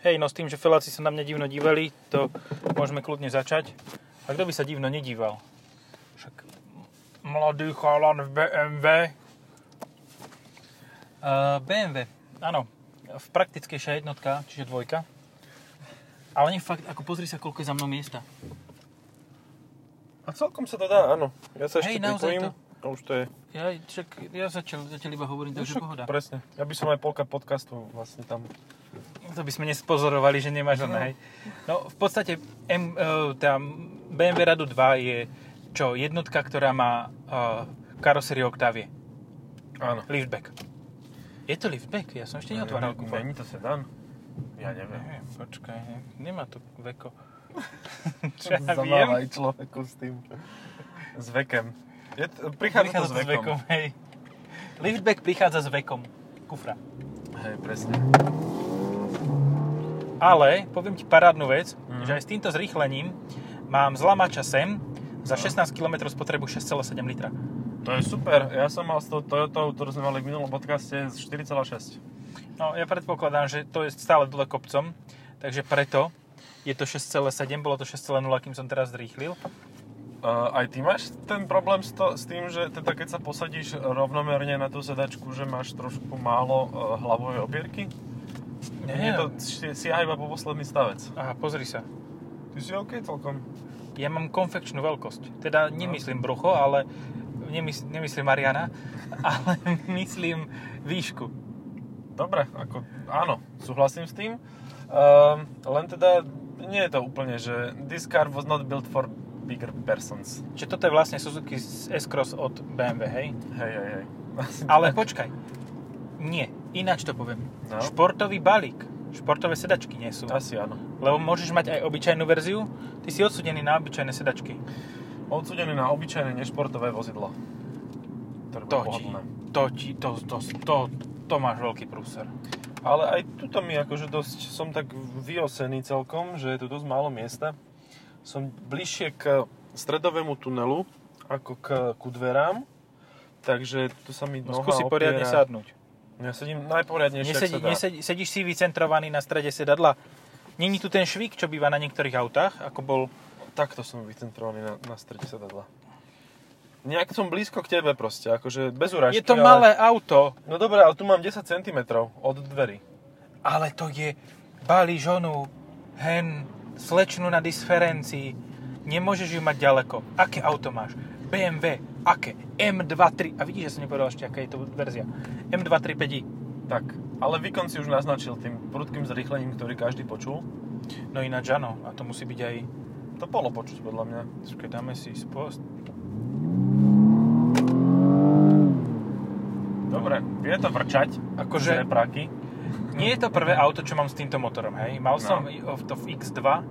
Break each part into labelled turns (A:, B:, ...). A: Hej, no s tým, že feláci sa na mňa divno dívali, to môžeme kľudne začať. A kto by sa divno nedíval? Však mladý chalan v BMW. Uh, BMW, áno. V praktickejšia jednotka, čiže dvojka. Ale nie fakt, ako pozri sa, koľko je za mnou miesta.
B: A celkom sa to dá, áno. Ja sa
A: Hej,
B: ešte
A: naozaj
B: pripojím.
A: to.
B: A už to je. No
A: Ja, však, ja začal, zatiaľ iba hovorím, takže
B: Však,
A: pohoda.
B: Presne. Ja by som aj polka podcastov vlastne tam.
A: To by sme nespozorovali, že nemáš len hej. No v podstate M, e, tá BMW Radu 2 je čo, jednotka, ktorá má e, karosériu Octavie.
B: Áno. No,
A: Liftback. Je to liftback? Ja som ešte
B: Ja
A: neotváral
B: neviem,
A: kufor.
B: Není to sedan? Ja neviem.
A: Neviem, Počkaj, ne- nemá to veko. Čo ja viem?
B: Zamávaj človeku s tým. S vekem. Je to, prichádza,
A: Prichádza
B: to s vekom.
A: hej. Liftback prichádza s vekom kufra.
B: Hej, presne.
A: Ale poviem ti parádnu vec,
B: Mhm.
A: že aj s týmto zrýchlením mám zlamača sem za
B: No.
A: 16 km spotrebu 6,7 litra.
B: To je super. Ja som mal s tou Toyotou, ktorú sme mali v minulom podcaste, z 4,6.
A: No, ja predpokladám, že to je stále dole kopcom, takže preto je to 6,7, bolo to 6,0, kým som teraz zrýchlil.
B: Uh, aj ty máš ten problém s, to, s tým, že teda keď sa posadíš rovnomerne na tú sedačku, že máš trošku málo uh, hlavovej opierky? Nie, to si- siaha iba po posledný stavec.
A: Aha, pozri sa.
B: Ty si OK celkom.
A: Ja mám konfekčnú veľkosť. Teda
B: No.
A: nemyslím brucho, ale nemys- nemyslím Mariana, ale myslím výšku.
B: Dobre, ako, áno, súhlasím s tým. Uh, len teda nie je to úplne, že this car was not built for bigger persons.
A: Čiže toto je vlastne Suzuki S-Cross od BMW, hej?
B: Hej, hej, hej. Asi
A: Ale
B: tak.
A: počkaj. Nie, ináč to poviem.
B: No.
A: Športový balík. Športové sedačky nie sú.
B: Asi áno.
A: Lebo môžeš mať aj obyčajnú verziu. Ty si odsudený na obyčajné sedačky.
B: Odsudený na obyčajné nešportové vozidlo. Ktoré
A: To
B: bolo
A: ti,
B: pohodlné.
A: to ti, to, to, to, to máš veľký prúser.
B: Ale aj tuto mi akože dosť, som tak vyosený celkom, že je tu dosť málo miesta. Som bližšie k stredovému tunelu ako k, ku dverám. Takže tu sa mi
A: No
B: noha
A: skúsi poriadne
B: opiera.
A: sadnúť.
B: Ja sedím najporiadnejšie,
A: Nesedi,
B: ak sa dá.
A: nesedi, sedíš si vycentrovaný na strede sedadla. Není tu ten švik, čo býva na niektorých autách, ako bol...
B: Takto som vycentrovaný na, na strede sedadla. Nejak som blízko k tebe proste, akože bez
A: je
B: urážky.
A: to
B: ale-
A: malé auto,
B: No dobré, ale tu mám 10 cm od dverí.
A: ale to je... Bali žonu, hen, slečnu na disferencii. Nemôžeš ju mať ďaleko. Aké auto máš? BMW, aké? M23. A vidíš, že som nepovedal ešte, aká je to verzia. M235i.
B: Tak, ale výkon si už naznačil tým prudkým zrýchlením, ktorý každý počul.
A: No ináč áno, a to musí byť aj...
B: To bolo počuť podľa mňa.
A: Počkaj, dáme si spost.
B: Dobre, vie to vrčať,
A: Akože-
B: akože repráky.
A: Nie je to prvé auto, čo mám s týmto motorom, hej. Mal som i- o- to v X2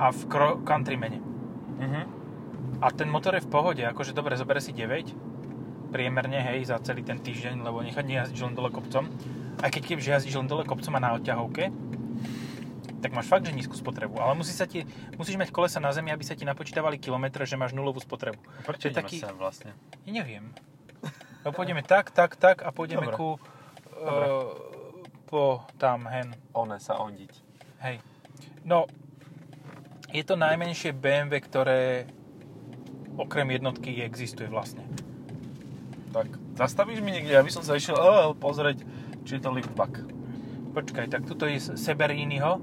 A: a v Cro- Countrymane.
B: Uh-huh.
A: A ten motor je v pohode, akože dobre, zoberie si 9 priemerne, hej, za celý ten týždeň, lebo nechať nejazdiť len dole kopcom. Aj keď keďže jazdíš len dole kopcom a na odťahovke, tak máš fakt, že nízku spotrebu. Ale musí sa ti, musíš mať kolesa na zemi, aby sa ti napočítavali kilometre, že máš nulovú spotrebu. To
B: Prečo
A: je
B: ideme
A: taký-
B: taký... sem vlastne?
A: Ja neviem. No pôjdeme tak, tak, tak a pôjdeme
B: Dobre.
A: ku...
B: Dobre.
A: Uh, po tam, hen.
B: One sa ondiť.
A: Hej. No, je to najmenšie BMW, ktoré okrem jednotky existuje vlastne.
B: Tak, zastavíš mi niekde, aby som sa išiel oh, pozrieť, či je to liftback.
A: Počkaj, tak tuto je Seberiniho,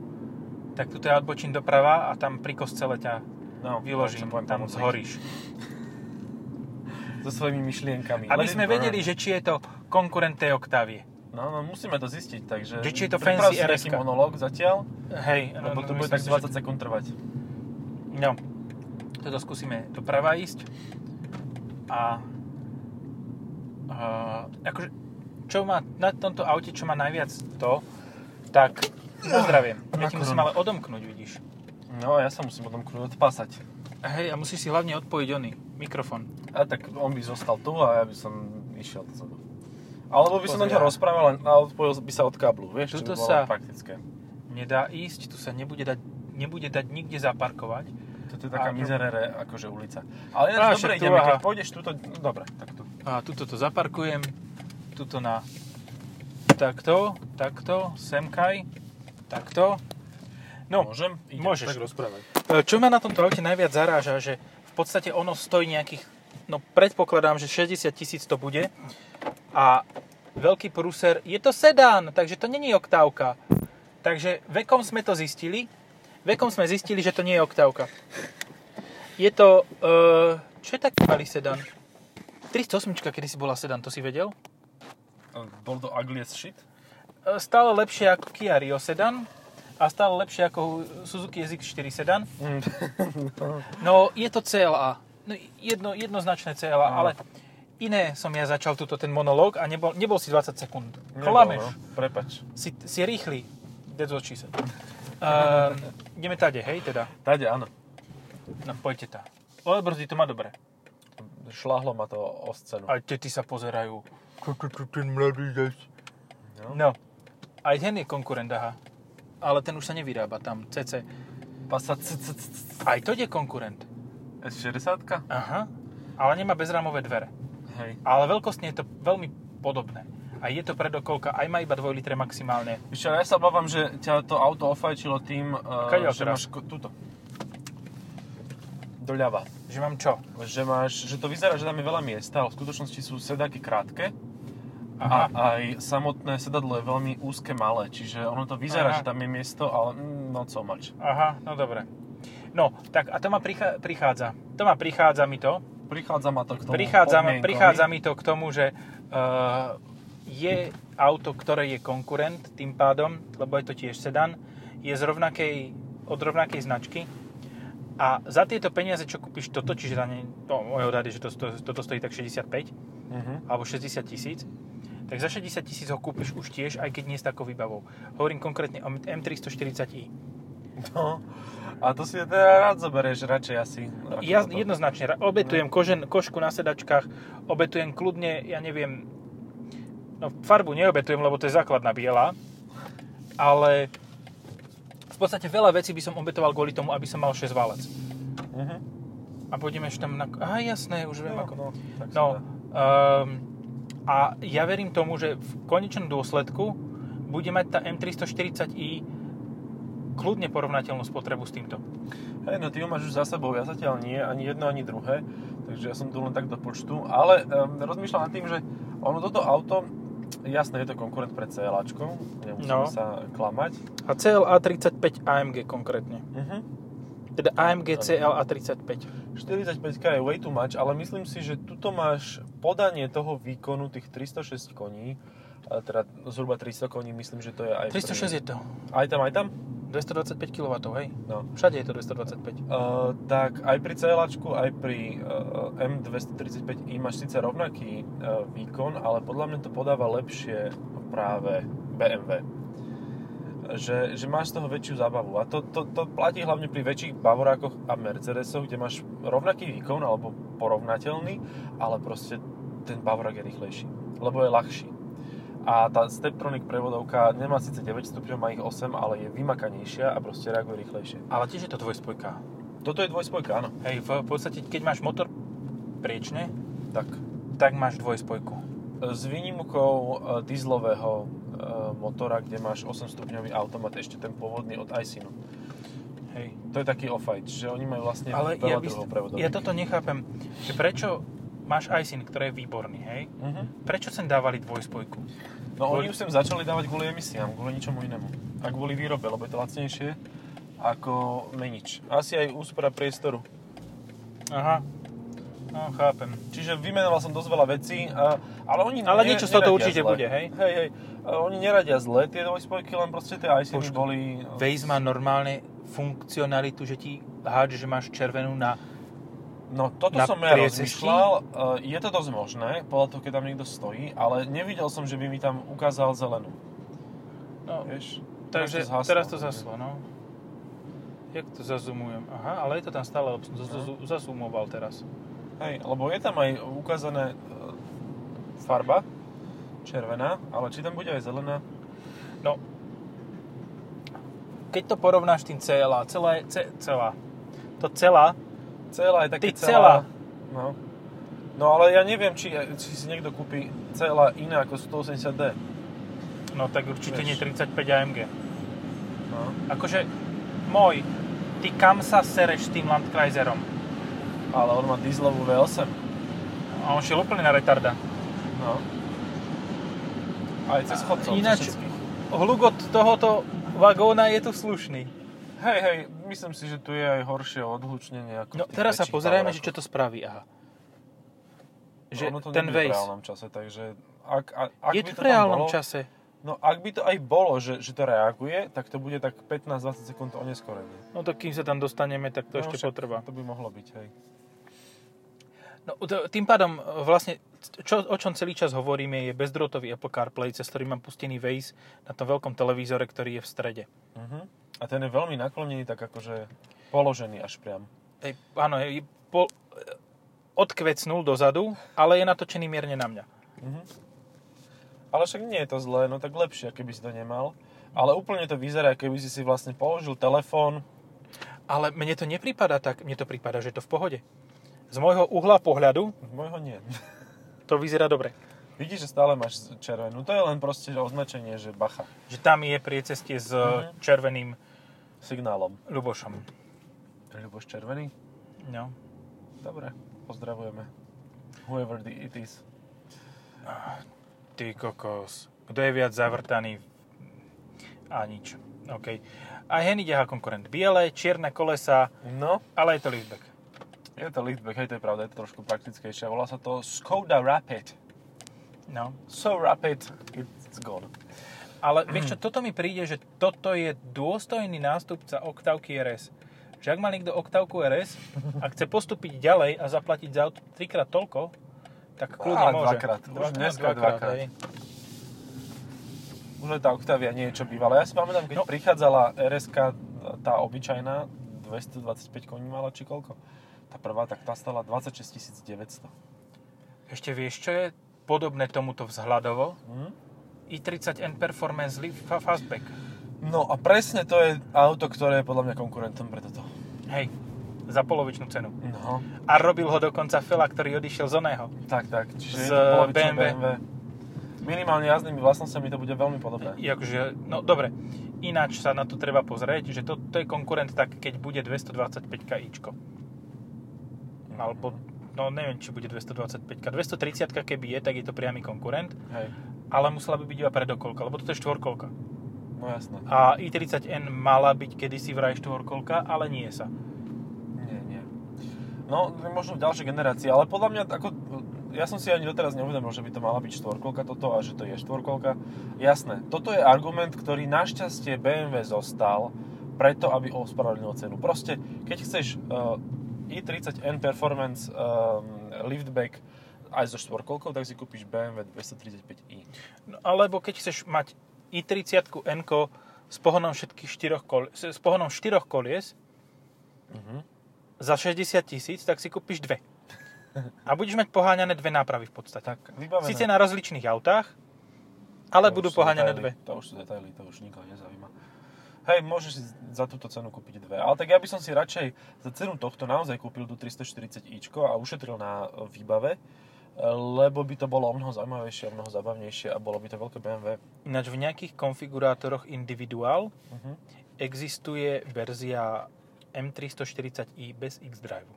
A: tak tuto je odbočím doprava a tam pri kostele ťa
B: No,
A: vyložím,
B: sa poviem
A: tam
B: pomôcť.
A: zhoríš.
B: So svojimi myšlienkami.
A: Aby
B: Let
A: sme
B: it burn.
A: vedeli, že či je to konkurent tej Octavie.
B: No, no, musíme to zistiť, takže...
A: Že či je to
B: priprav
A: fancy
B: si nejaký
A: RS-ka.
B: monológ zatiaľ,
A: Hej,
B: lebo to
A: no,
B: bude
A: myslím si,
B: tak 20
A: že-
B: sekúnd trvať.
A: No, toto skúsime doprava ísť. A uh, akože, čo má na tomto aute, čo má najviac to, tak pozdravím. Ja ti
B: na
A: musím ale
B: korunu.
A: odomknúť, vidíš.
B: No, ja sa musím potom krúť odpásať.
A: Hej, a musíš si hlavne odpojiť oný mikrofón.
B: A tak on by zostal tu a ja by som išiel dozadu. Alebo by som na
A: Pozri,
B: ňa
A: áno.
B: rozprával a odpojil by sa od káblu, vieš, čo by
A: Tuto
B: bolo
A: sa-
B: praktické.
A: Nedá ísť, tu sa nebude dať, nebude dať nikde zaparkovať.
B: Toto je
A: A-
B: taká mizerere, akože ulica.
A: Á,
B: Ale ináč dobre
A: však tu,
B: ideme, keď
A: aha.
B: pôjdeš túto, no, dobre, tak tu.
A: A tuto to zaparkujem, tuto na takto, takto, semkaj, takto, No,
B: Môžem? Idem,
A: môžeš.
B: Tak rozprávaj.
A: E, Čo ma na tomto aute najviac zaráža, že v podstate ono stojí nejakých, no predpokladám, že 60 tisíc to bude a veľký prúser, je to sedán, takže to není oktávka. Takže vekom sme to zistili, vekom sme zistili, že to nie je oktávka. Je to, e, čo je taký malý sedán? 308 kedy si bola sedán, to si vedel?
B: Eh, Bol to ugly as shit?
A: E, Stále lepšie ako Kia Rio sedan a stále lepšie ako Suzuki SX4 sedan. No, je to CLA. No, jedno, jednoznačné CLA,
B: Áno.
A: ale iné som ja začal tuto ten monológ a nebol, nebol si 20 sekúnd. Klameš.
B: no, Prepač.
A: Si, si rýchly. That's what she said. Uh, ideme tade, hej, teda.
B: Tade, áno.
A: No, poďte tá. Ale brzdy to má dobre.
B: Šláhlo ma to o scénu.
A: Aj tety sa pozerajú. Ko- ko- ko- Ten mladý zas. No. Aj ten je konkurent, aha. Ale ten už sa nevyrába tam, CC.
B: Passat
A: Aj to je konkurent.
B: S60?
A: Aha. Ale nemá bezrámové dvere.
B: Hej.
A: Ale veľkostne je to veľmi podobné. A je to predokolka, aj má iba 2 litre maximálne.
B: Víš čo, ja sa obávam, že ťa to auto ofajčilo tým, uh,
A: Kadeľ
B: že
A: teraz?
B: máš ko- túto. Doľava.
A: Že mám čo?
B: Že, máš, že to vyzerá, že tam je veľa miesta, ale v skutočnosti sú sedáky krátke
A: Aha.
B: a aj samotné sedadlo je veľmi úzke, malé. Čiže ono to vyzerá,
A: Aha.
B: že tam je miesto, ale mm, not so much.
A: Aha, no dobre. No, tak a to ma prichá, prichádza. To ma prichádza mi to.
B: Prichádza ma to k tomu
A: Prichádza, ma-
B: podmienkovi.
A: prichádza mi to k tomu, že uh, je auto, ktoré je konkurent tým pádom, lebo je to tiež sedan, je z rovnakej, od rovnakej značky a za tieto peniaze, čo kúpiš toto, čiže za ne, to môj odhad je, že to, to, toto stojí tak 65,
B: Mhm.
A: alebo 60 tisíc, tak za 60 tisíc ho kúpiš už tiež, aj keď nie s takou výbavou. Hovorím konkrétne o M340i.
B: No, a to si teda rád zoberieš radšej asi. ako
A: Ja
B: toto.
A: jednoznačne ra- obetujem kožen, košku na sedačkách, obetujem kľudne, ja neviem, no farbu neobetujem, lebo to je základná biela, ale v podstate veľa vecí by som obetoval kvôli tomu, aby som mal 6 válec.
B: Mhm.
A: A pôjdeme ešte tam na... Aha, jasné, už viem
B: No,
A: ako.
B: no, tak sa
A: No,
B: dá.
A: um, a ja verím tomu, že v konečnom dôsledku bude mať tá M340i kľudne porovnateľnú spotrebu s týmto.
B: Hej, no ty ho máš už za sebou, ja zatiaľ nie, ani jedno, ani druhé, takže ja som tu len tak do počtu, ale um, rozmýšľam nad tým, že ono toto auto, jasné, je to konkurent pre CLAčko, nemusíme
A: No.
B: sa klamať.
A: A CLA 35 AMG konkrétne.
B: Uh-huh.
A: Teda AMG
B: Áno.
A: CLA 35.
B: 45 je way too much, ale myslím si, že tuto máš podanie toho výkonu tých 306 koní, a teda zhruba 300 koní, myslím, že to je aj...
A: 306 je to.
B: Aj tam, aj tam?
A: 225 kW, hej?
B: No.
A: Všade je to 225.
B: Uh, tak aj pri CLAčku, aj pri uh, M235i máš síce rovnaký uh, výkon, ale podľa mňa to podáva lepšie práve BMW. Že, že máš z toho väčšiu zábavu. A to, to, to platí hlavne pri väčších Bavorákoch a Mercedesoch, kde máš rovnaký výkon, alebo porovnateľný, ale proste ten Bavorák je rýchlejší, lebo je ľahší. A tá Steptronic prevodovka nemá síce 9 stupňov, má ich 8, ale je vymakanejšia a proste reaguje rýchlejšie.
A: Ale tiež je to dvojspojka.
B: Toto je dvojspojka, áno.
A: Hej, v podstate, keď máš motor priečne,
B: Tak. E,
A: tak máš dvojspojku.
B: S výnimkou e, dieselového e, motora, kde máš 8-stupňový automat, ešte ten pôvodný od Icinu.
A: Hej.
B: To je taký off-white, že oni majú vlastne
A: Ale ja,
B: veľa
A: by,
B: druhov prevodov.
A: ja toto nechápem, že prečo máš iSyn, ktorý je výborný, hej?
B: Mhm.
A: Prečo sem dávali dvojspojku?
B: No oni už sem začali dávať kvôli emisiám, kvôli ničomu inému. A kvôli výrobe, lebo je to lacnejšie ako menič. Asi aj úspora priestoru.
A: Aha. No, chápem.
B: Čiže vymenoval som dosť veľa vecí, a, ale oni
A: Ale niečo z toho
B: neradia
A: určite
B: zle.
A: bude, hej?
B: Hej, hej. A Oni neradia zle tie dvojspojky, len proste tie ICiny
A: Počkaj.
B: boli... e,
A: Waze má normálne funkcionalitu, že ti hádže, že máš červenú na...
B: No toto
A: Na
B: som ja
A: priecesti?
B: rozmýšľal, Eh, je to dosť možné, podľa toho, keď tam niekto stojí, ale nevidel som, že by mi tam ukázal zelenú,
A: No,
B: vieš?
A: takže
B: teraz to zhaslo.
A: teraz to zaslo, no. Jak to zazumujem? Aha, ale je to tam stále, lebo som to zazu- zazumoval teraz.
B: Hej, lebo je tam aj ukázané eh, farba, červená, ale či tam bude aj zelená?
A: No, keď to porovnáš tým celá, celá, je- ce, celá, to celá,
B: Celá je také
A: Ty celá.
B: No. No ale ja neviem, či, či si niekto kúpi celá iná ako 180D.
A: no tak určite nie
B: Vieš.
A: 35 AMG.
B: No.
A: Akože Môj, ty kam sa sereš s tým Landkreiserom?
B: Ale on má dieselovú V8.
A: A on šiel úplne na retarda.
B: No. Aj cez chodcov.
A: Ináč-
B: cez všetkých.
A: Hluk od tohoto vagóna je tu slušný.
B: Hej, hej, myslím si, že tu je aj horšie odhlučnenie.
A: No
B: Ako
A: teraz sa pozrieme, že čo to spraví. Aha. Že ten
B: V8. v
A: Waze.
B: reálnom čase, takže... Ak, a, ak
A: Je
B: by
A: tu v
B: to tam
A: reálnom
B: bolo,
A: čase.
B: No ak by to aj bolo, že, že to reaguje, tak to bude tak 15-20 sekúnd oneskorenie.
A: No to kým sa tam dostaneme, tak to
B: No
A: ešte
B: však
A: potrvá.
B: To by mohlo byť, hej.
A: No, t- tým pádom e, vlastne, c- čo, o čom celý čas hovoríme, je bezdrôtový Apple CarPlay, cez ktorý mám pustený Waze na tom veľkom televízore, ktorý je v strede.
B: Uh-huh. A ten je veľmi naklonený, tak akože položený až priam.
A: Hej, áno, je po, e, odkvecnul dozadu, ale je natočený mierne na mňa.
B: Uh-huh. Ale však nie je to zlé, no tak lepšie, keby si to nemal. Ale úplne to vyzerá, keby si si vlastne položil telefón.
A: Ale mne to nepripada tak, mne to pripada, že je to v pohode. Z môjho uhla pohľadu
B: Z môjho nie.
A: to vyzerá dobre.
B: Vidíš, že stále máš červenú. To je len proste označenie, že bacha.
A: Že tam je priecestie s e, červeným
B: Signálom.
A: Lubošom.
B: Ľuboš červený?
A: No.
B: Dobre, pozdravujeme. Whoever the it is.
A: Ty kokos. Kto je viac zavrtaný? A nič. OK. A hen ide ako konkurent. Biele, čierne kolesa,
B: No,
A: ale je to liftback.
B: Je to liftback, hej, to je pravda, je to trošku praktickejšie. Volá sa to Skoda Rapid.
A: No.
B: So rapid, it's gone.
A: Ale vieš čo, toto mi príde, že toto je dôstojný nástupca Octavky RS. Že ak má niekto Octavku RS a chce postúpiť ďalej a zaplatiť za auto trikrát toľko, tak kľudne
B: Á,
A: môže.
B: dvakrát. Už
A: Dvakrát,
B: dneska dvakrát.
A: hej.
B: Už aj tá Octavia nie je čo bývala. Ja si pamätám, keď
A: No.
B: prichádzala rs tá obyčajná, 225 koní mala, či koľko? Tá prvá, tak tá stala 26 900.
A: Ešte vieš, čo je podobné tomuto vzhľadovo?
B: Hm?
A: i30N Performance Lift fa- Fastback.
B: No a presne to je auto, ktoré je podľa mňa konkurentom pre toto.
A: Hej, za polovičnú cenu.
B: No,
A: A robil ho dokonca Fela, ktorý odišiel z oného.
B: tak, tak.
A: Z
B: Čiže je to polovičné
A: BMW.
B: BMW. Minimálne jazdnými vlastnosťami to bude veľmi podobné.
A: I akože, no dobre, ináč sa na to treba pozrieť, že to, to je konkurent tak, keď bude 225 ičko. Alebo, no neviem, či bude 225 230 keby je, tak je to priamy konkurent,
B: Hej,
A: ale musela by byť iba predokolka, lebo toto je štvorkolka.
B: no jasné.
A: A i30N mala byť kedysi vraj štvorkolka, ale nie sa.
B: Nie, nie. No, možno v ďalšej generácii, ale podľa mňa, ako, ja som si ani doteraz neuvedomil, že by to mala byť štvorkolka toto a že to je štvorkolka. Jasné, toto je argument, ktorý našťastie BMW zostal preto, aby ospravedlnil cenu. Proste, keď chceš uh, i30N Performance um, liftback aj so štvorkolkou, tak si kúpiš BMW 235i.
A: No, alebo keď chceš mať i30 N s pohonom všetkých štyroch kol, s s pohonom štyroch kolies
B: Uh-huh.
A: za 60 tisíc, tak si kúpiš dve. A budeš mať poháňané dve nápravy v podstate.
B: Tak, vybavené.
A: Sice na rozličných autách, ale
B: To už
A: budú
B: sú
A: poháňané
B: detaily,
A: dve.
B: To už sú detaily, to už nikoho nezaujíma. Hej, môžeš si za túto cenu kúpiť dve, ale tak ja by som si radšej za cenu tohto naozaj kúpil tú 340 ičko a ušetril na e, výbave, e, lebo by to bolo o mnoho zaujímavejšie, o mnoho zabavnejšie a bolo by to veľké BMW.
A: Ináč v nejakých konfigurátoroch individuál
B: Mhm.
A: existuje verzia M340i bez xDrive.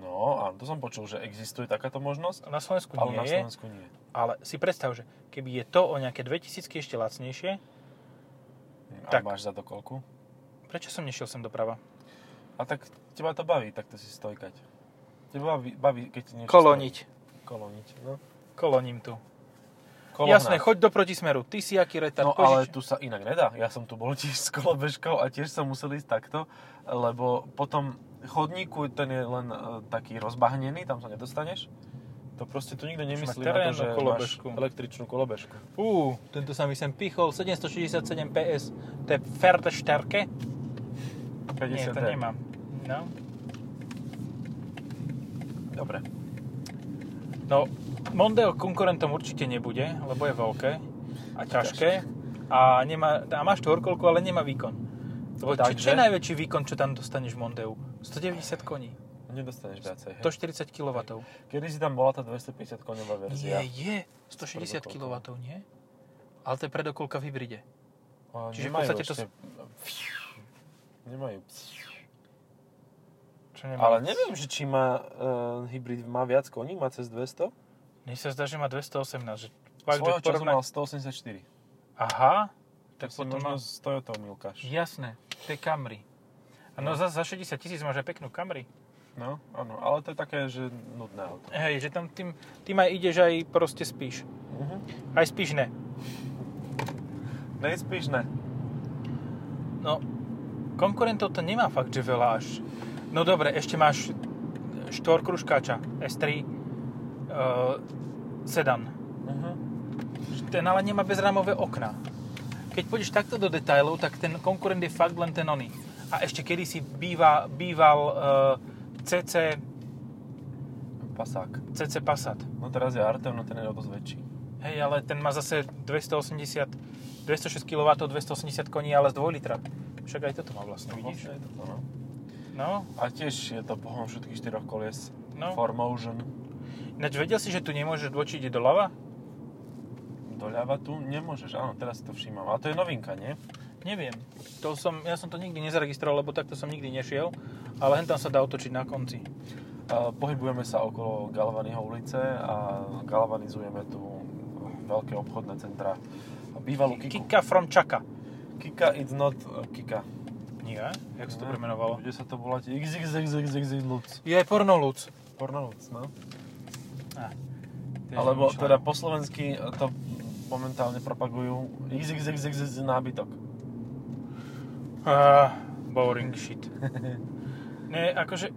B: No, áno, to som počul, že existuje takáto možnosť,
A: Na Slovensku
B: ale
A: nie
B: na
A: je,
B: Slovensku nie.
A: ale si predstav, že keby je to o nejaké 2000 ešte lacnejšie,
B: A
A: Tak.
B: máš za to koľku?
A: prečo som nešiel sem doprava?
B: A tak teba to baví, takto si stojkať. Teba baví- baví, keď ti niečo
A: Koloniť.
B: stojí. Koloniť, no.
A: Koloním tu.
B: Kolohnať.
A: Jasné, choď do protismeru. Ty si aký retard.
B: No
A: požič.
B: ale tu sa inak nedá. Ja som tu bol tiež s kolobežkou a tiež som musel ísť takto, lebo potom chodníku ten je len e, taký rozbahnený, tam sa nedostaneš. To proste tu nikto nemyslí
A: mať
B: na to,
A: terénnu
B: že
A: kolobežku.
B: máš električnú kolobežku.
A: Fú, tento sa mi sem pichol. 767 PS. To je Ferdeštärke? Nie, to
B: 50D.
A: nemám. No.
B: Dobre.
A: No, Mondeo konkurentom určite nebude, lebo je veľké a ťažké. A, nemá, a má štvorkolku, ale nemá výkon. Lebo čo, čo
B: Takže?
A: je najväčší výkon, čo tam dostaneš v Mondeu? 190 koní.
B: Nedostaneš viacej. Hej.
A: 140 kW.
B: Kedy si tam bola tá 250 koňová
A: Nie,
B: verzia?
A: je. 160
B: Predokolka.
A: kW, nie? Ale to je predokolka v hybride.
B: O,
A: čiže v
B: nemajú
A: podstate to
B: ešte... nemajú.
A: Čo nemá
B: Ale
A: moc.
B: neviem, že či má e, hybrid má viac koní, má cez 200.
A: Mne sa zdá, že má 218. Že fakt, že
B: Svojho času
A: porovná-
B: mal 184.
A: Aha,
B: Tak
A: tak
B: si
A: potom
B: možno
A: má...
B: s Toyotou milkáš.
A: Jasné, to je Camry. A No, za, za 60 tisíc máš aj peknú Camry.
B: No, áno, ale to je také, že nudné auto.
A: Hej, že tam tým, tým aj ideš, aj proste spíš.
B: Uh-huh.
A: Aj spíš ne.
B: Nejspíš ne.
A: No, konkurentov to nemá fakt, že veľa až. No dobre, ešte máš štvorkruškáča S3 uh, sedan.
B: Uh-huh.
A: Mhm. Ten ale nemá bezrámové okna. Keď pôjdeš takto do detailov, tak ten konkurent je fakt len ten oný. A ešte kedysi býva, býval uh, CC,
B: Pasák.
A: CC Passat.
B: No teraz je Artem, no ten je o dosť väčší.
A: Hej, ale ten má zase 280, 206 kW, 280 koní, ale z 2 litra. Však aj toto má vlastne,
B: Vidíš?
A: vidíš?
B: Je toto, no.
A: No,
B: A tiež je to pohon všetkých štyroch kolies.
A: No.
B: Formotion.
A: ináč vedel si, že tu nemôžeš dvočiť doľava?
B: Doľava tu nemôžeš, áno, teraz si to všímam. A to je novinka, nie?
A: Neviem. To som, ja som to nikdy nezaregistroval, lebo takto som nikdy nešiel. Ale hen tam sa dá otočiť na konci.
B: A Pohybujeme sa okolo Galvanyho ulice a galvanizujeme tu veľké obchodné centra. A Bývalú Kiku.
A: Kika from Chaka.
B: Kika it's not uh, Kika.
A: Nie, eh? jak sa to
B: Ne,
A: premenovalo?
B: Bude sa to volať XXXXX Lutz.
A: Je aj pornolúc.
B: Porno Lutz, no.
A: Ah, to je
B: Alebo
A: zaujímavé.
B: teda po slovensky to momentálne propagujú XXXXX nábytok.
A: Ah, boring shit. Ne, akože...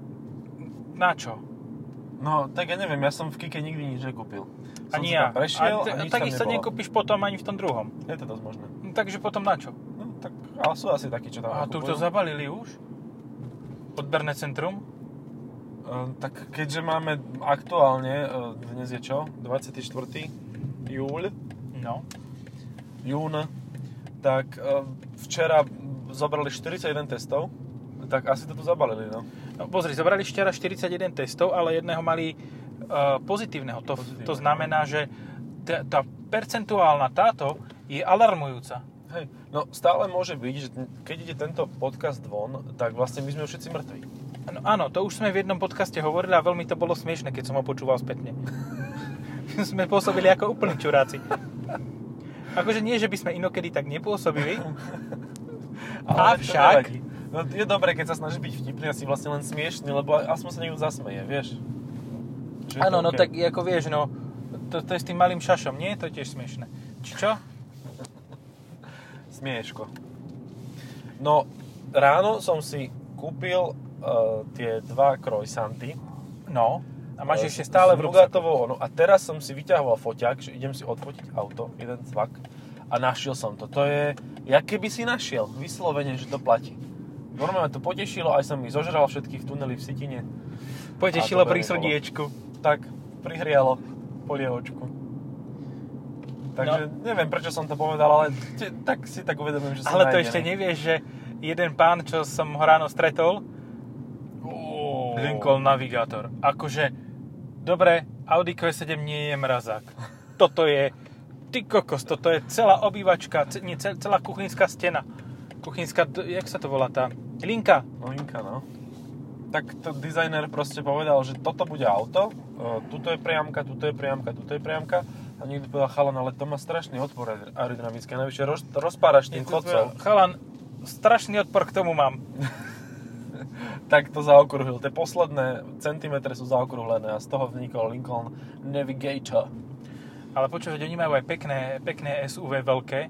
A: Na čo?
B: No, tak ja neviem, ja som v Kike nikdy nič nekúpil. Som
A: Ani
B: si
A: ja.
B: tam prešiel a,
A: t-
B: nič
A: takisto
B: tam nebolo.
A: nekúpiš potom ani v tom druhom.
B: Je to dosť možné.
A: No, takže potom na čo?
B: No, tak, ale sú asi takí, čo tam
A: A tu to
B: nakupujú.
A: zabalili už? Odberné centrum?
B: Ehm, tak keďže máme aktuálne, e, dnes je čo? 24. júl,
A: No.
B: jún, tak e, včera zobrali 41 testov, tak asi to tu zabalili, no.
A: no pozri, zobrali včera 41 testov, ale jedného mali uh, pozitívneho. To,
B: Pozitívne.
A: to znamená,
B: no.
A: že t- tá percentuálna táto je alarmujúca.
B: Hej, no stále môže byť, že ten- keď ide tento podcast von, tak vlastne my sme všetci mŕtvi.
A: Áno, No, áno, to už sme v jednom podcaste hovorili a veľmi to bolo smiešne, keď som ho počúval spätne. sme pôsobili ako úplní čuráci. Akože nie, že by sme inokedy tak nepôsobili.
B: to
A: Avšak-
B: nevadí. No, je dobré, keď sa snažíš byť vtipný a si vlastne len smiešný, lebo aspoň sa niekto zasmeje, vieš. Čiže je to
A: Áno, no
B: OK.
A: tak ako vieš, no, to, to je s tým malým šašom, nie? To je tiež smiešne. Či čo?
B: Smieško. No, ráno som si kúpil uh, tie dva croissanty.
A: No. A máš
B: Eh,
A: ešte stále
B: s
A: v ruksaku.
B: nugatovou onou. A teraz som si vyťahoval foťák, že idem si odfotiť auto, jeden cvak. A našiel som to. To je, ja keby si našiel, vyslovene, že to platí. Normálne ma to potešilo, aj som ich zožral všetkých v tuneli v Sitine.
A: Potešilo
B: A
A: pri
B: dobre bolo.
A: srdiečku.
B: Tak, prihrialo polievočku. Takže
A: No.
B: neviem, prečo som to povedal, ale te, tak si tak uvedomím, že som
A: Ale to
B: nájdený.
A: ešte nevieš, že jeden pán, čo som ho ráno stretol,
B: Ó.
A: Lincoln Navigator. Akože, dobre, Audi Q7 nie je mrazák. Toto je, ty kokos, toto je celá obývačka, ce- nie, ce- celá kuchynská stena. Kuchynská, d- jak sa to volá tá? Linka.
B: Novinka, no. Tak to dizajner proste povedal, že toto bude auto, e, tuto je priamka, tuto je priamka, tuto je priamka. A niekto povedal, chalan, ale to má strašný odpor aer- aerodynamický. A najvyššie roz, rozpáraš tým chodcom.
A: Chalan, strašný odpor k tomu mám.
B: Tak to zaokrúhlil. Tie posledné centimetre sú zaokrúhlené a z toho vznikol Lincoln Navigator.
A: Ale počúvať, oni majú aj pekné, pekné SUV veľké,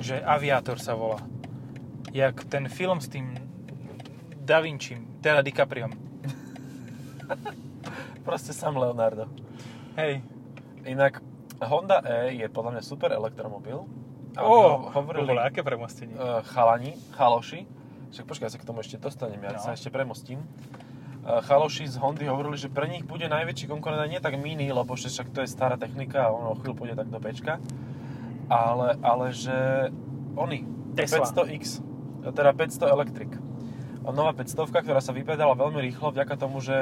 A: že Aviator sa volá. Jak ten film s tým Da Vinčím, teda DiCapriom.
B: Proste sám Leonardo.
A: Hej.
B: Inak Honda E je podľa mňa super elektromobil. A my ho-
A: to bolo no, aké premostenie.
B: e, chalani, chaloši, však počkaj, ja sa k tomu ešte dostanem, ja
A: No.
B: sa ešte premostím. E, Chaloši z Hondy hovorili, že pre nich bude najväčší konkurent aj nie tak mini, lebo že však to je stará technika a ono o chvíľu pôjde tak do pečka. Ale, ale že oni,
A: Tesla.
B: 500X, teda 500 Electric. A Nová 500, ktorá sa vypedala veľmi rýchlo vďaka tomu, že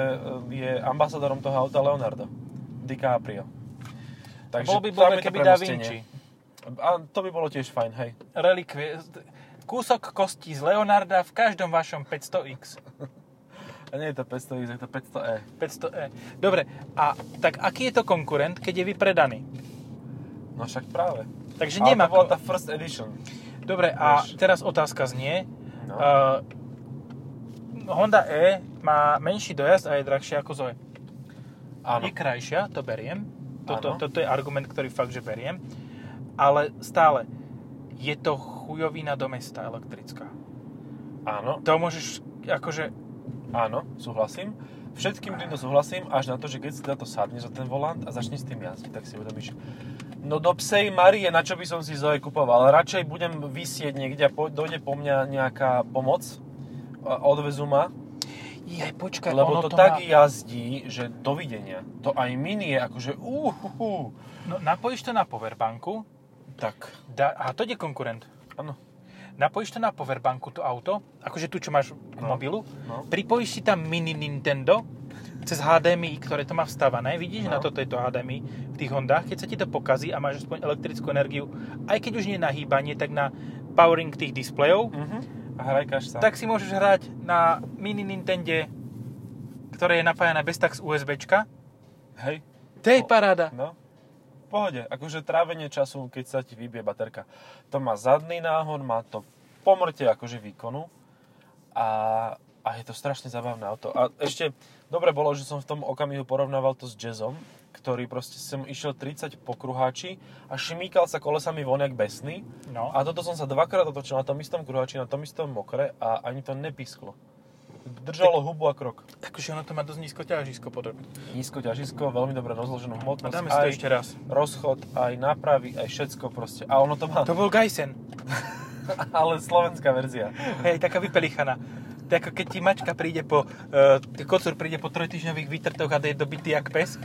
B: e, je ambasadorom toho auta Leonardo DiCaprio.
A: Takže bol by
B: tam
A: bol
B: je to
A: keby Da
B: premostenie.
A: Vinci.
B: A to by bolo tiež fajn, hej.
A: Relikvie. Kúsok kosti z Leonarda v každom vašom 500X.
B: A nie je to 500 X, je to E. 500E.
A: 500E. E. Dobre, a tak aký je to konkurent, keď je vypredaný?
B: No však práve.
A: Takže
B: Ale
A: nemá...
B: to bola
A: ko-
B: tá first edition.
A: Dobre, a
B: Vieš.
A: teraz otázka znie.
B: No.
A: Uh, Honda E má menší dojazd a je drahšia ako Zoe.
B: Áno.
A: Je krajšia, to beriem. Toto,
B: Áno.
A: toto je argument, ktorý fakt, že beriem. Ale stále, je to chujovina do mesta elektrická.
B: Áno,
A: To môžeš, akože,
B: áno, súhlasím. Všetkým týmto súhlasím, až na to, že keď si na to sadneš za ten volant a začneš s tým jazdiť, tak si uvedomíš, no do psej Marie, na čo by som si Zoe kupoval? Radšej budem vysieť niekde a po- dojde po mňa nejaká pomoc, a odvezú ma,
A: je, počkaj,
B: lebo
A: ono
B: to,
A: to má,
B: tak jazdí, že dovidenia. To aj mini je akože uhuhu.
A: no, napojíš to na powerbanku
B: Tak,
A: da, a to je konkurent.
B: áno.
A: Napojíš to na powerbanku, to auto, akože tu, čo máš v
B: No.
A: mobilu,
B: No.
A: pripojíš si tam mini Nintendo cez HDMI, ktoré to má vstavané, vidíš,
B: No.
A: na toto je to HDMI v tých Hondách, keď sa ti to pokazí a máš aspoň elektrickú energiu, aj keď už nie na hýbanie, tak na powering tých displejov,
B: Mhm. A hrajkaš sa.
A: tak si môžeš hrať na mini Nintende, ktoré je napájané bez tak z USBčka.
B: hej.
A: To je paráda.
B: No, v pohode. Akože trávenie času, keď sa ti vybije baterka. To má zadný náhon, má to pomrte akože výkonu a, a je to strašne zabavné auto. A ešte dobre bolo, že som v tom okamihu porovnával to s jazzom, ktorý proste som išiel 30 po kruháči a šmíkal sa kolesami von jak besný.
A: No.
B: A toto som sa dvakrát otočil na tom istom kruháči, na tom istom mokre a ani to nepisklo. Držalo hubu a krok.
A: Takže Akože ono to má dosť nízko ťažisko podrobne.
B: Nízko ťažisko, veľmi dobre rozloženú
A: A
B: hmotnosť.
A: dáme si to
B: aj-
A: ešte raz.
B: rozchod, aj nápravy, aj všetko proste. A ono to má,
A: To bol Geisen.
B: ale slovenská verzia.
A: Hej, taká vypelichaná. To je ako keď ti mačka príde po, uh, kocúr príde po trojtyžňových výtrtoch a je dobitý jak pes.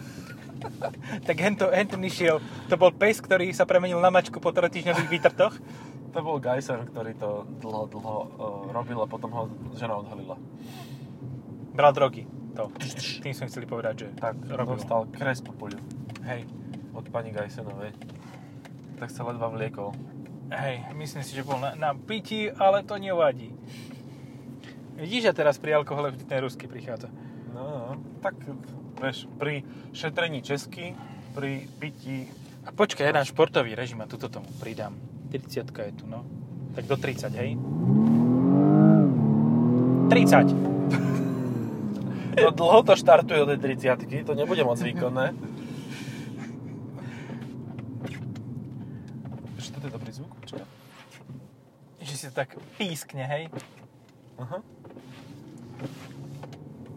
A: tak hento, hento išiel, to bol pes, ktorý sa premenil na mačku po trojtyžňových výtrtoch.
B: To bol Geiser, ktorý to dlho, dlho uh, robil a potom ho žena odhalila.
A: Bral drogy. To. Tým sme chceli povedať, že
B: Tak,
A: robil.
B: dostal kres po poliu
A: Hej,
B: od pani Geisenovej. Tak sa ledva vliekol.
A: hej, myslím si, že bol na, na pití, ale to nevadí. Vidíš, že teraz pri alkohole vždy ten ruský prichádza.
B: No, tak, vieš, pri šetrení česky, pri pití,
A: A počkaj, jeden športový režim a tuto tomu pridám. 30 je tu, no. Tak do 30, hej? 30!
B: no dlho to štartuje od tej 30 to nebude moc výkonné. Ešte toto je dobrý zvuk? Čo?
A: Že si to tak pískne, hej?
B: Aha.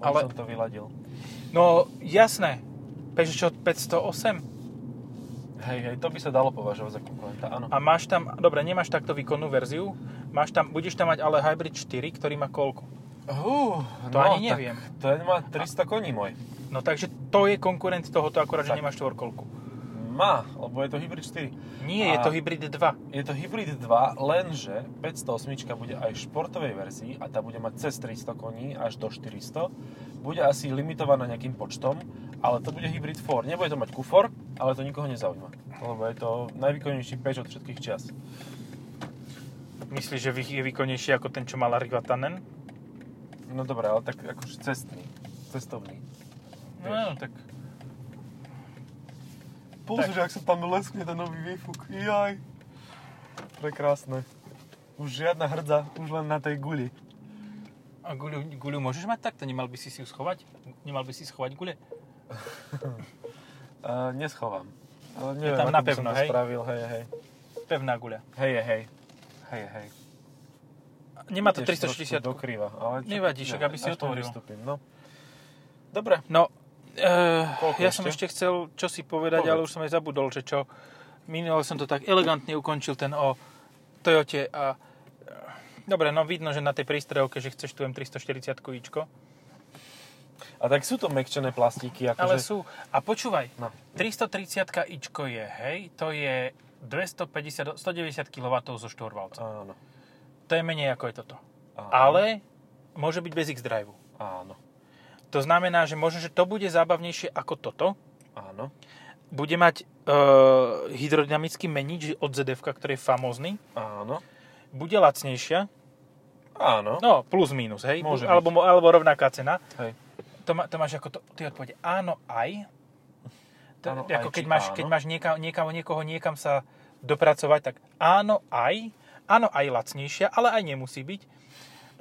B: Ale...
A: Ale-
B: som to vyladil.
A: No, jasné. Peugeot 508.
B: Hej, hej, to by sa dalo považovať za konkurenta, áno.
A: A máš tam, dobre, nemáš takto výkonnú verziu, máš tam, budeš tam mať ale Hybrid 4, ktorý má koľko?
B: Hú, no,
A: To ani neviem.
B: Tak, to je- má 300 koní môj.
A: No takže to je konkurent tohoto, akurát, že
B: Tak.
A: nemáš štvorkolku.
B: Má, lebo je to Hybrid 4.
A: Nie, je
B: A-
A: to Hybrid 2.
B: Je to Hybrid 2, lenže 508 bude aj v športovej verzii a tá bude mať cez 300 koní až do 400. Bude asi limitovaná nejakým počtom, ale to bude Hybrid 4. Nebude to mať kufor, ale to nikoho nezaujíma, lebo je to najvýkonnejší peč od všetkých čias.
A: Myslíš, že vy- je výkonnejší ako ten, čo mal Rivatanen?
B: No dobré, ale tak akože cestný, cestovný.
A: No, tak
B: Pozri, ak sa tam leskne ten nový výfuk. Jaj. Prekrásne. Už žiadna hrdza, už len na tej guli.
A: A guľu, guľu môžeš mať takto? Nemal by si si ju schovať? Nemal by si schovať guľe?
B: Uh, neschovám. Ale neviem,
A: tam
B: ako by
A: napevno,
B: som to
A: hej?
B: spravil, hej, hej.
A: Pevná guľa.
B: Hej, hej. Hej, hej.
A: Nemá to
B: Tiež trošku
A: 360.
B: Dokrýva, ale
A: Nevadí, však, aby si
B: až to
A: otvoril.
B: vystúpim, no. Dobre.
A: No, e,
B: Koľko
A: ja
B: ešte?
A: som ešte chcel čo si povedať,
B: Povedz.
A: ale už som aj zabudol, že čo. Minul som to tak elegantne ukončil ten o Toyote a... e, Dobre, no vidno, že na tej prístrojovke, že chceš tu M340 ičko.
B: A tak sú to mekčené plastiky, akože...
A: Ale sú... A počúvaj,
B: No.
A: 330 ičko je, hej, to je 250, 190 kW zo štvorvalca.
B: Áno.
A: To je menej ako je toto.
B: áno,
A: Ale môže byť bez X-Drive.
B: Áno.
A: To znamená, že možno, že to bude zábavnejšie ako toto.
B: Áno.
A: Bude mať e, hydrodynamický menič od ZF, ktorý je famózny.
B: Áno.
A: bude lacnejšia,
B: Áno.
A: no plus minus, hej,
B: Môže byť.
A: alebo, mo- alebo rovnaká cena.
B: Hej.
A: To, ma, to máš ako, to, ty odpovede, áno aj, to, áno,
B: Áno,
A: ako
B: aj,
A: keď,
B: či
A: máš,
B: áno.
A: keď máš niekam, niekam, niekoho niekam sa dopracovať, tak áno aj, áno aj lacnejšia, ale aj nemusí byť.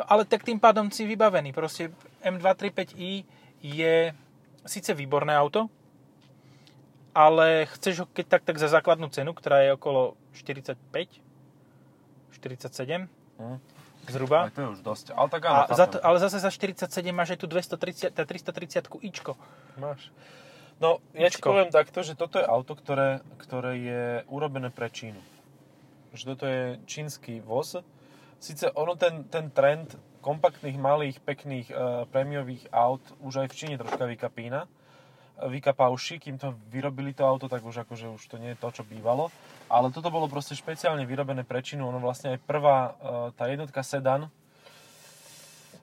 A: No ale tak tým pádom si vybavený. Proste M235i je síce výborné auto, ale chceš ho keď tak, tak za základnú cenu, ktorá je okolo 45, 47
B: Hm.
A: zhruba.
B: Aj to je už dosť. Ale tak áno,
A: A za
B: chápem.
A: to, ale zase za 47 máš aj tu 230, tá 330 ičko.
B: Máš. No, ja ti
A: Ičko.
B: poviem takto, že toto je auto, ktoré, ktoré je urobené pre Čínu. Že toto je čínsky voz. Sice ono ten, ten trend kompaktných, malých, pekných e, prémiových aut už aj v Číne troška vykapína. E, Vykapavši, kým to vyrobili to auto, tak už akože už to nie je to, čo bývalo. Ale toto bolo proste špeciálne vyrobené pre Čínu. Ono vlastne aj prvá, e, tá jednotka sedan,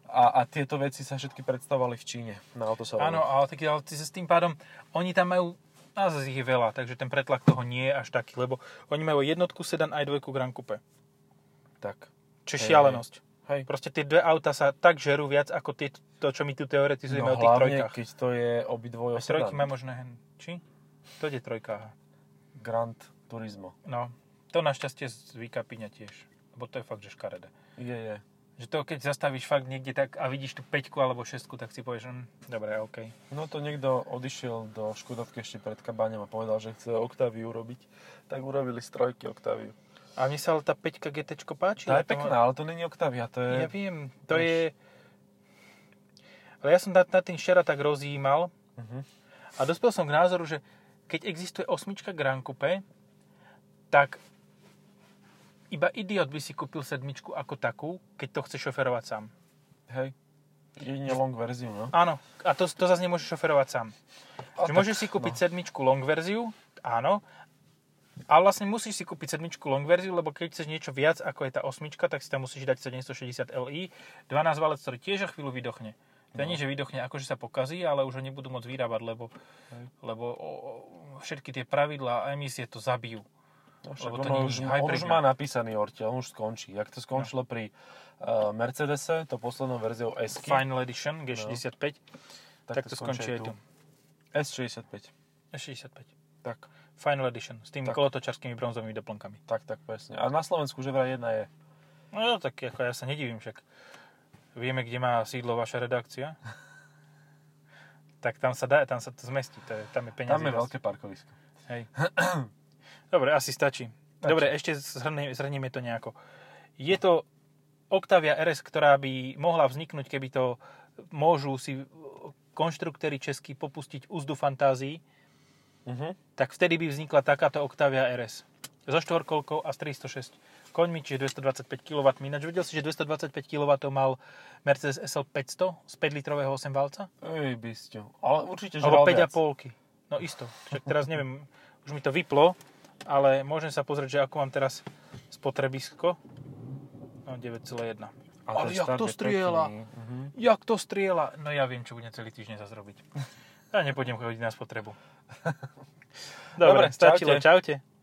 B: a, a tieto veci sa všetky predstavovali v Číne na autosalóne.
A: Áno, ale, tak, ale ty sa s tým pádom, oni tam majú, naozaj ich je veľa, takže ten pretlak toho nie je až taký, lebo oni majú jednotku sedan aj dvojku Grand Coupe.
B: Tak.
A: Čo je
B: Hej,
A: šialenosť.
B: Hej.
A: Proste tie dve auta sa tak žerú viac ako tie, to, čo my tu teoretizujeme o tých trojkách.
B: No keď to je obidvoj
A: Aj trojky má možné, hen- či? To je trojka. aha.
B: Grand Turismo.
A: No, to našťastie zvykapíňa tiež. Lebo to je fakt, že škaredé.
B: Je, je.
A: Že to, keď zastavíš fakt niekde tak a vidíš tú peťku alebo šestku, tak si povieš, hm, dobre, OK.
B: No to niekto odišiel do Škodovky ešte pred kabáňom a povedal, že chce Octaviu urobiť. Tak urobili strojky Octaviu.
A: A mne sa ale tá peťka GT
B: Tá
A: páčila.
B: je pekná, ale to není Octavia, to je...
A: Ja viem, to
B: Už.
A: je... Ale ja som nad, nad tým včera tak rozjímal
B: Mhm.
A: a dospel som k názoru, že keď existuje osmička Grand Coupe, tak iba idiot by si kúpil sedmičku ako takú, keď to chce šoferovať sám.
B: Hej. Jedine long verziu, no.
A: Áno, a to, to zase nemôžeš šoferovať sám.
B: A
A: Že
B: tak,
A: môžeš si kúpiť
B: no.
A: sedmičku long verziu, áno, a vlastne musíš si kúpiť sedmičku long verziu, lebo keď chceš niečo viac ako je tá osmička, tak si tam musíš dať 760 Li, 12 valec, ktorý tiež o chvíľu vydochne. To
B: No.
A: nie, že vydochne, akože sa pokazí, ale už ho nebudú môcť vyrábať, lebo,
B: Hej.
A: lebo o, o, všetky tie pravidlá a emisie to zabijú.
B: No, však
A: lebo to
B: ono
A: nie je
B: už, on
A: hybrid,
B: už
A: no.
B: má napísaný ortiel, on už skončí. Jak to skončilo pri uh, Mercedese, to poslednou verziou s
A: Final Edition G65, tak, to skončí aj tu.
B: S65.
A: S65.
B: Tak.
A: Final Edition s tými
B: Tak.
A: kolotočarskými bronzovými doplnkami.
B: Tak, tak, presne. A na Slovensku že vraj jedna je.
A: No tak ako ja sa nedivím však. Vieme, kde má sídlo vaša redakcia. tak tam sa dá, tam sa to zmestí, to je, tam je peniaze.
B: Tam je veľké parkovisko.
A: Hej. Dobre, asi stačí.
B: Stačí.
A: Dobre, ešte zhrnie- zhrnieme to nejako. Je to Octavia RS, ktorá by mohla vzniknúť, keby to môžu si konštruktéry česky popustiť úzdu fantázií,
B: Uh-huh.
A: tak vtedy by vznikla takáto Octavia RS. So štvorkolkou a s 306 koňmi, čiže 225 kW. Ináč vedel si, že 225 kW mal Mercedes SL 500 z 5-litrového 8-valca?
B: Ej, bysťo. Ale určite žral
A: Alebo
B: viac.
A: 5,5. No isto. Však teraz neviem, už mi to vyplo, ale môžem sa pozrieť, že ako mám teraz spotrebisko. No 9,1.
B: A
A: Ale
B: ten
A: jak
B: štart
A: to
B: je
A: strieľa.
B: pekný. Mhm.
A: Jak to striela? No ja viem, čo budem celý týždeň zase robiť. Ja nepôjdem chodiť na spotrebu. Dobre,
B: Dobre,
A: stačilo.
B: čaute.
A: Čaute.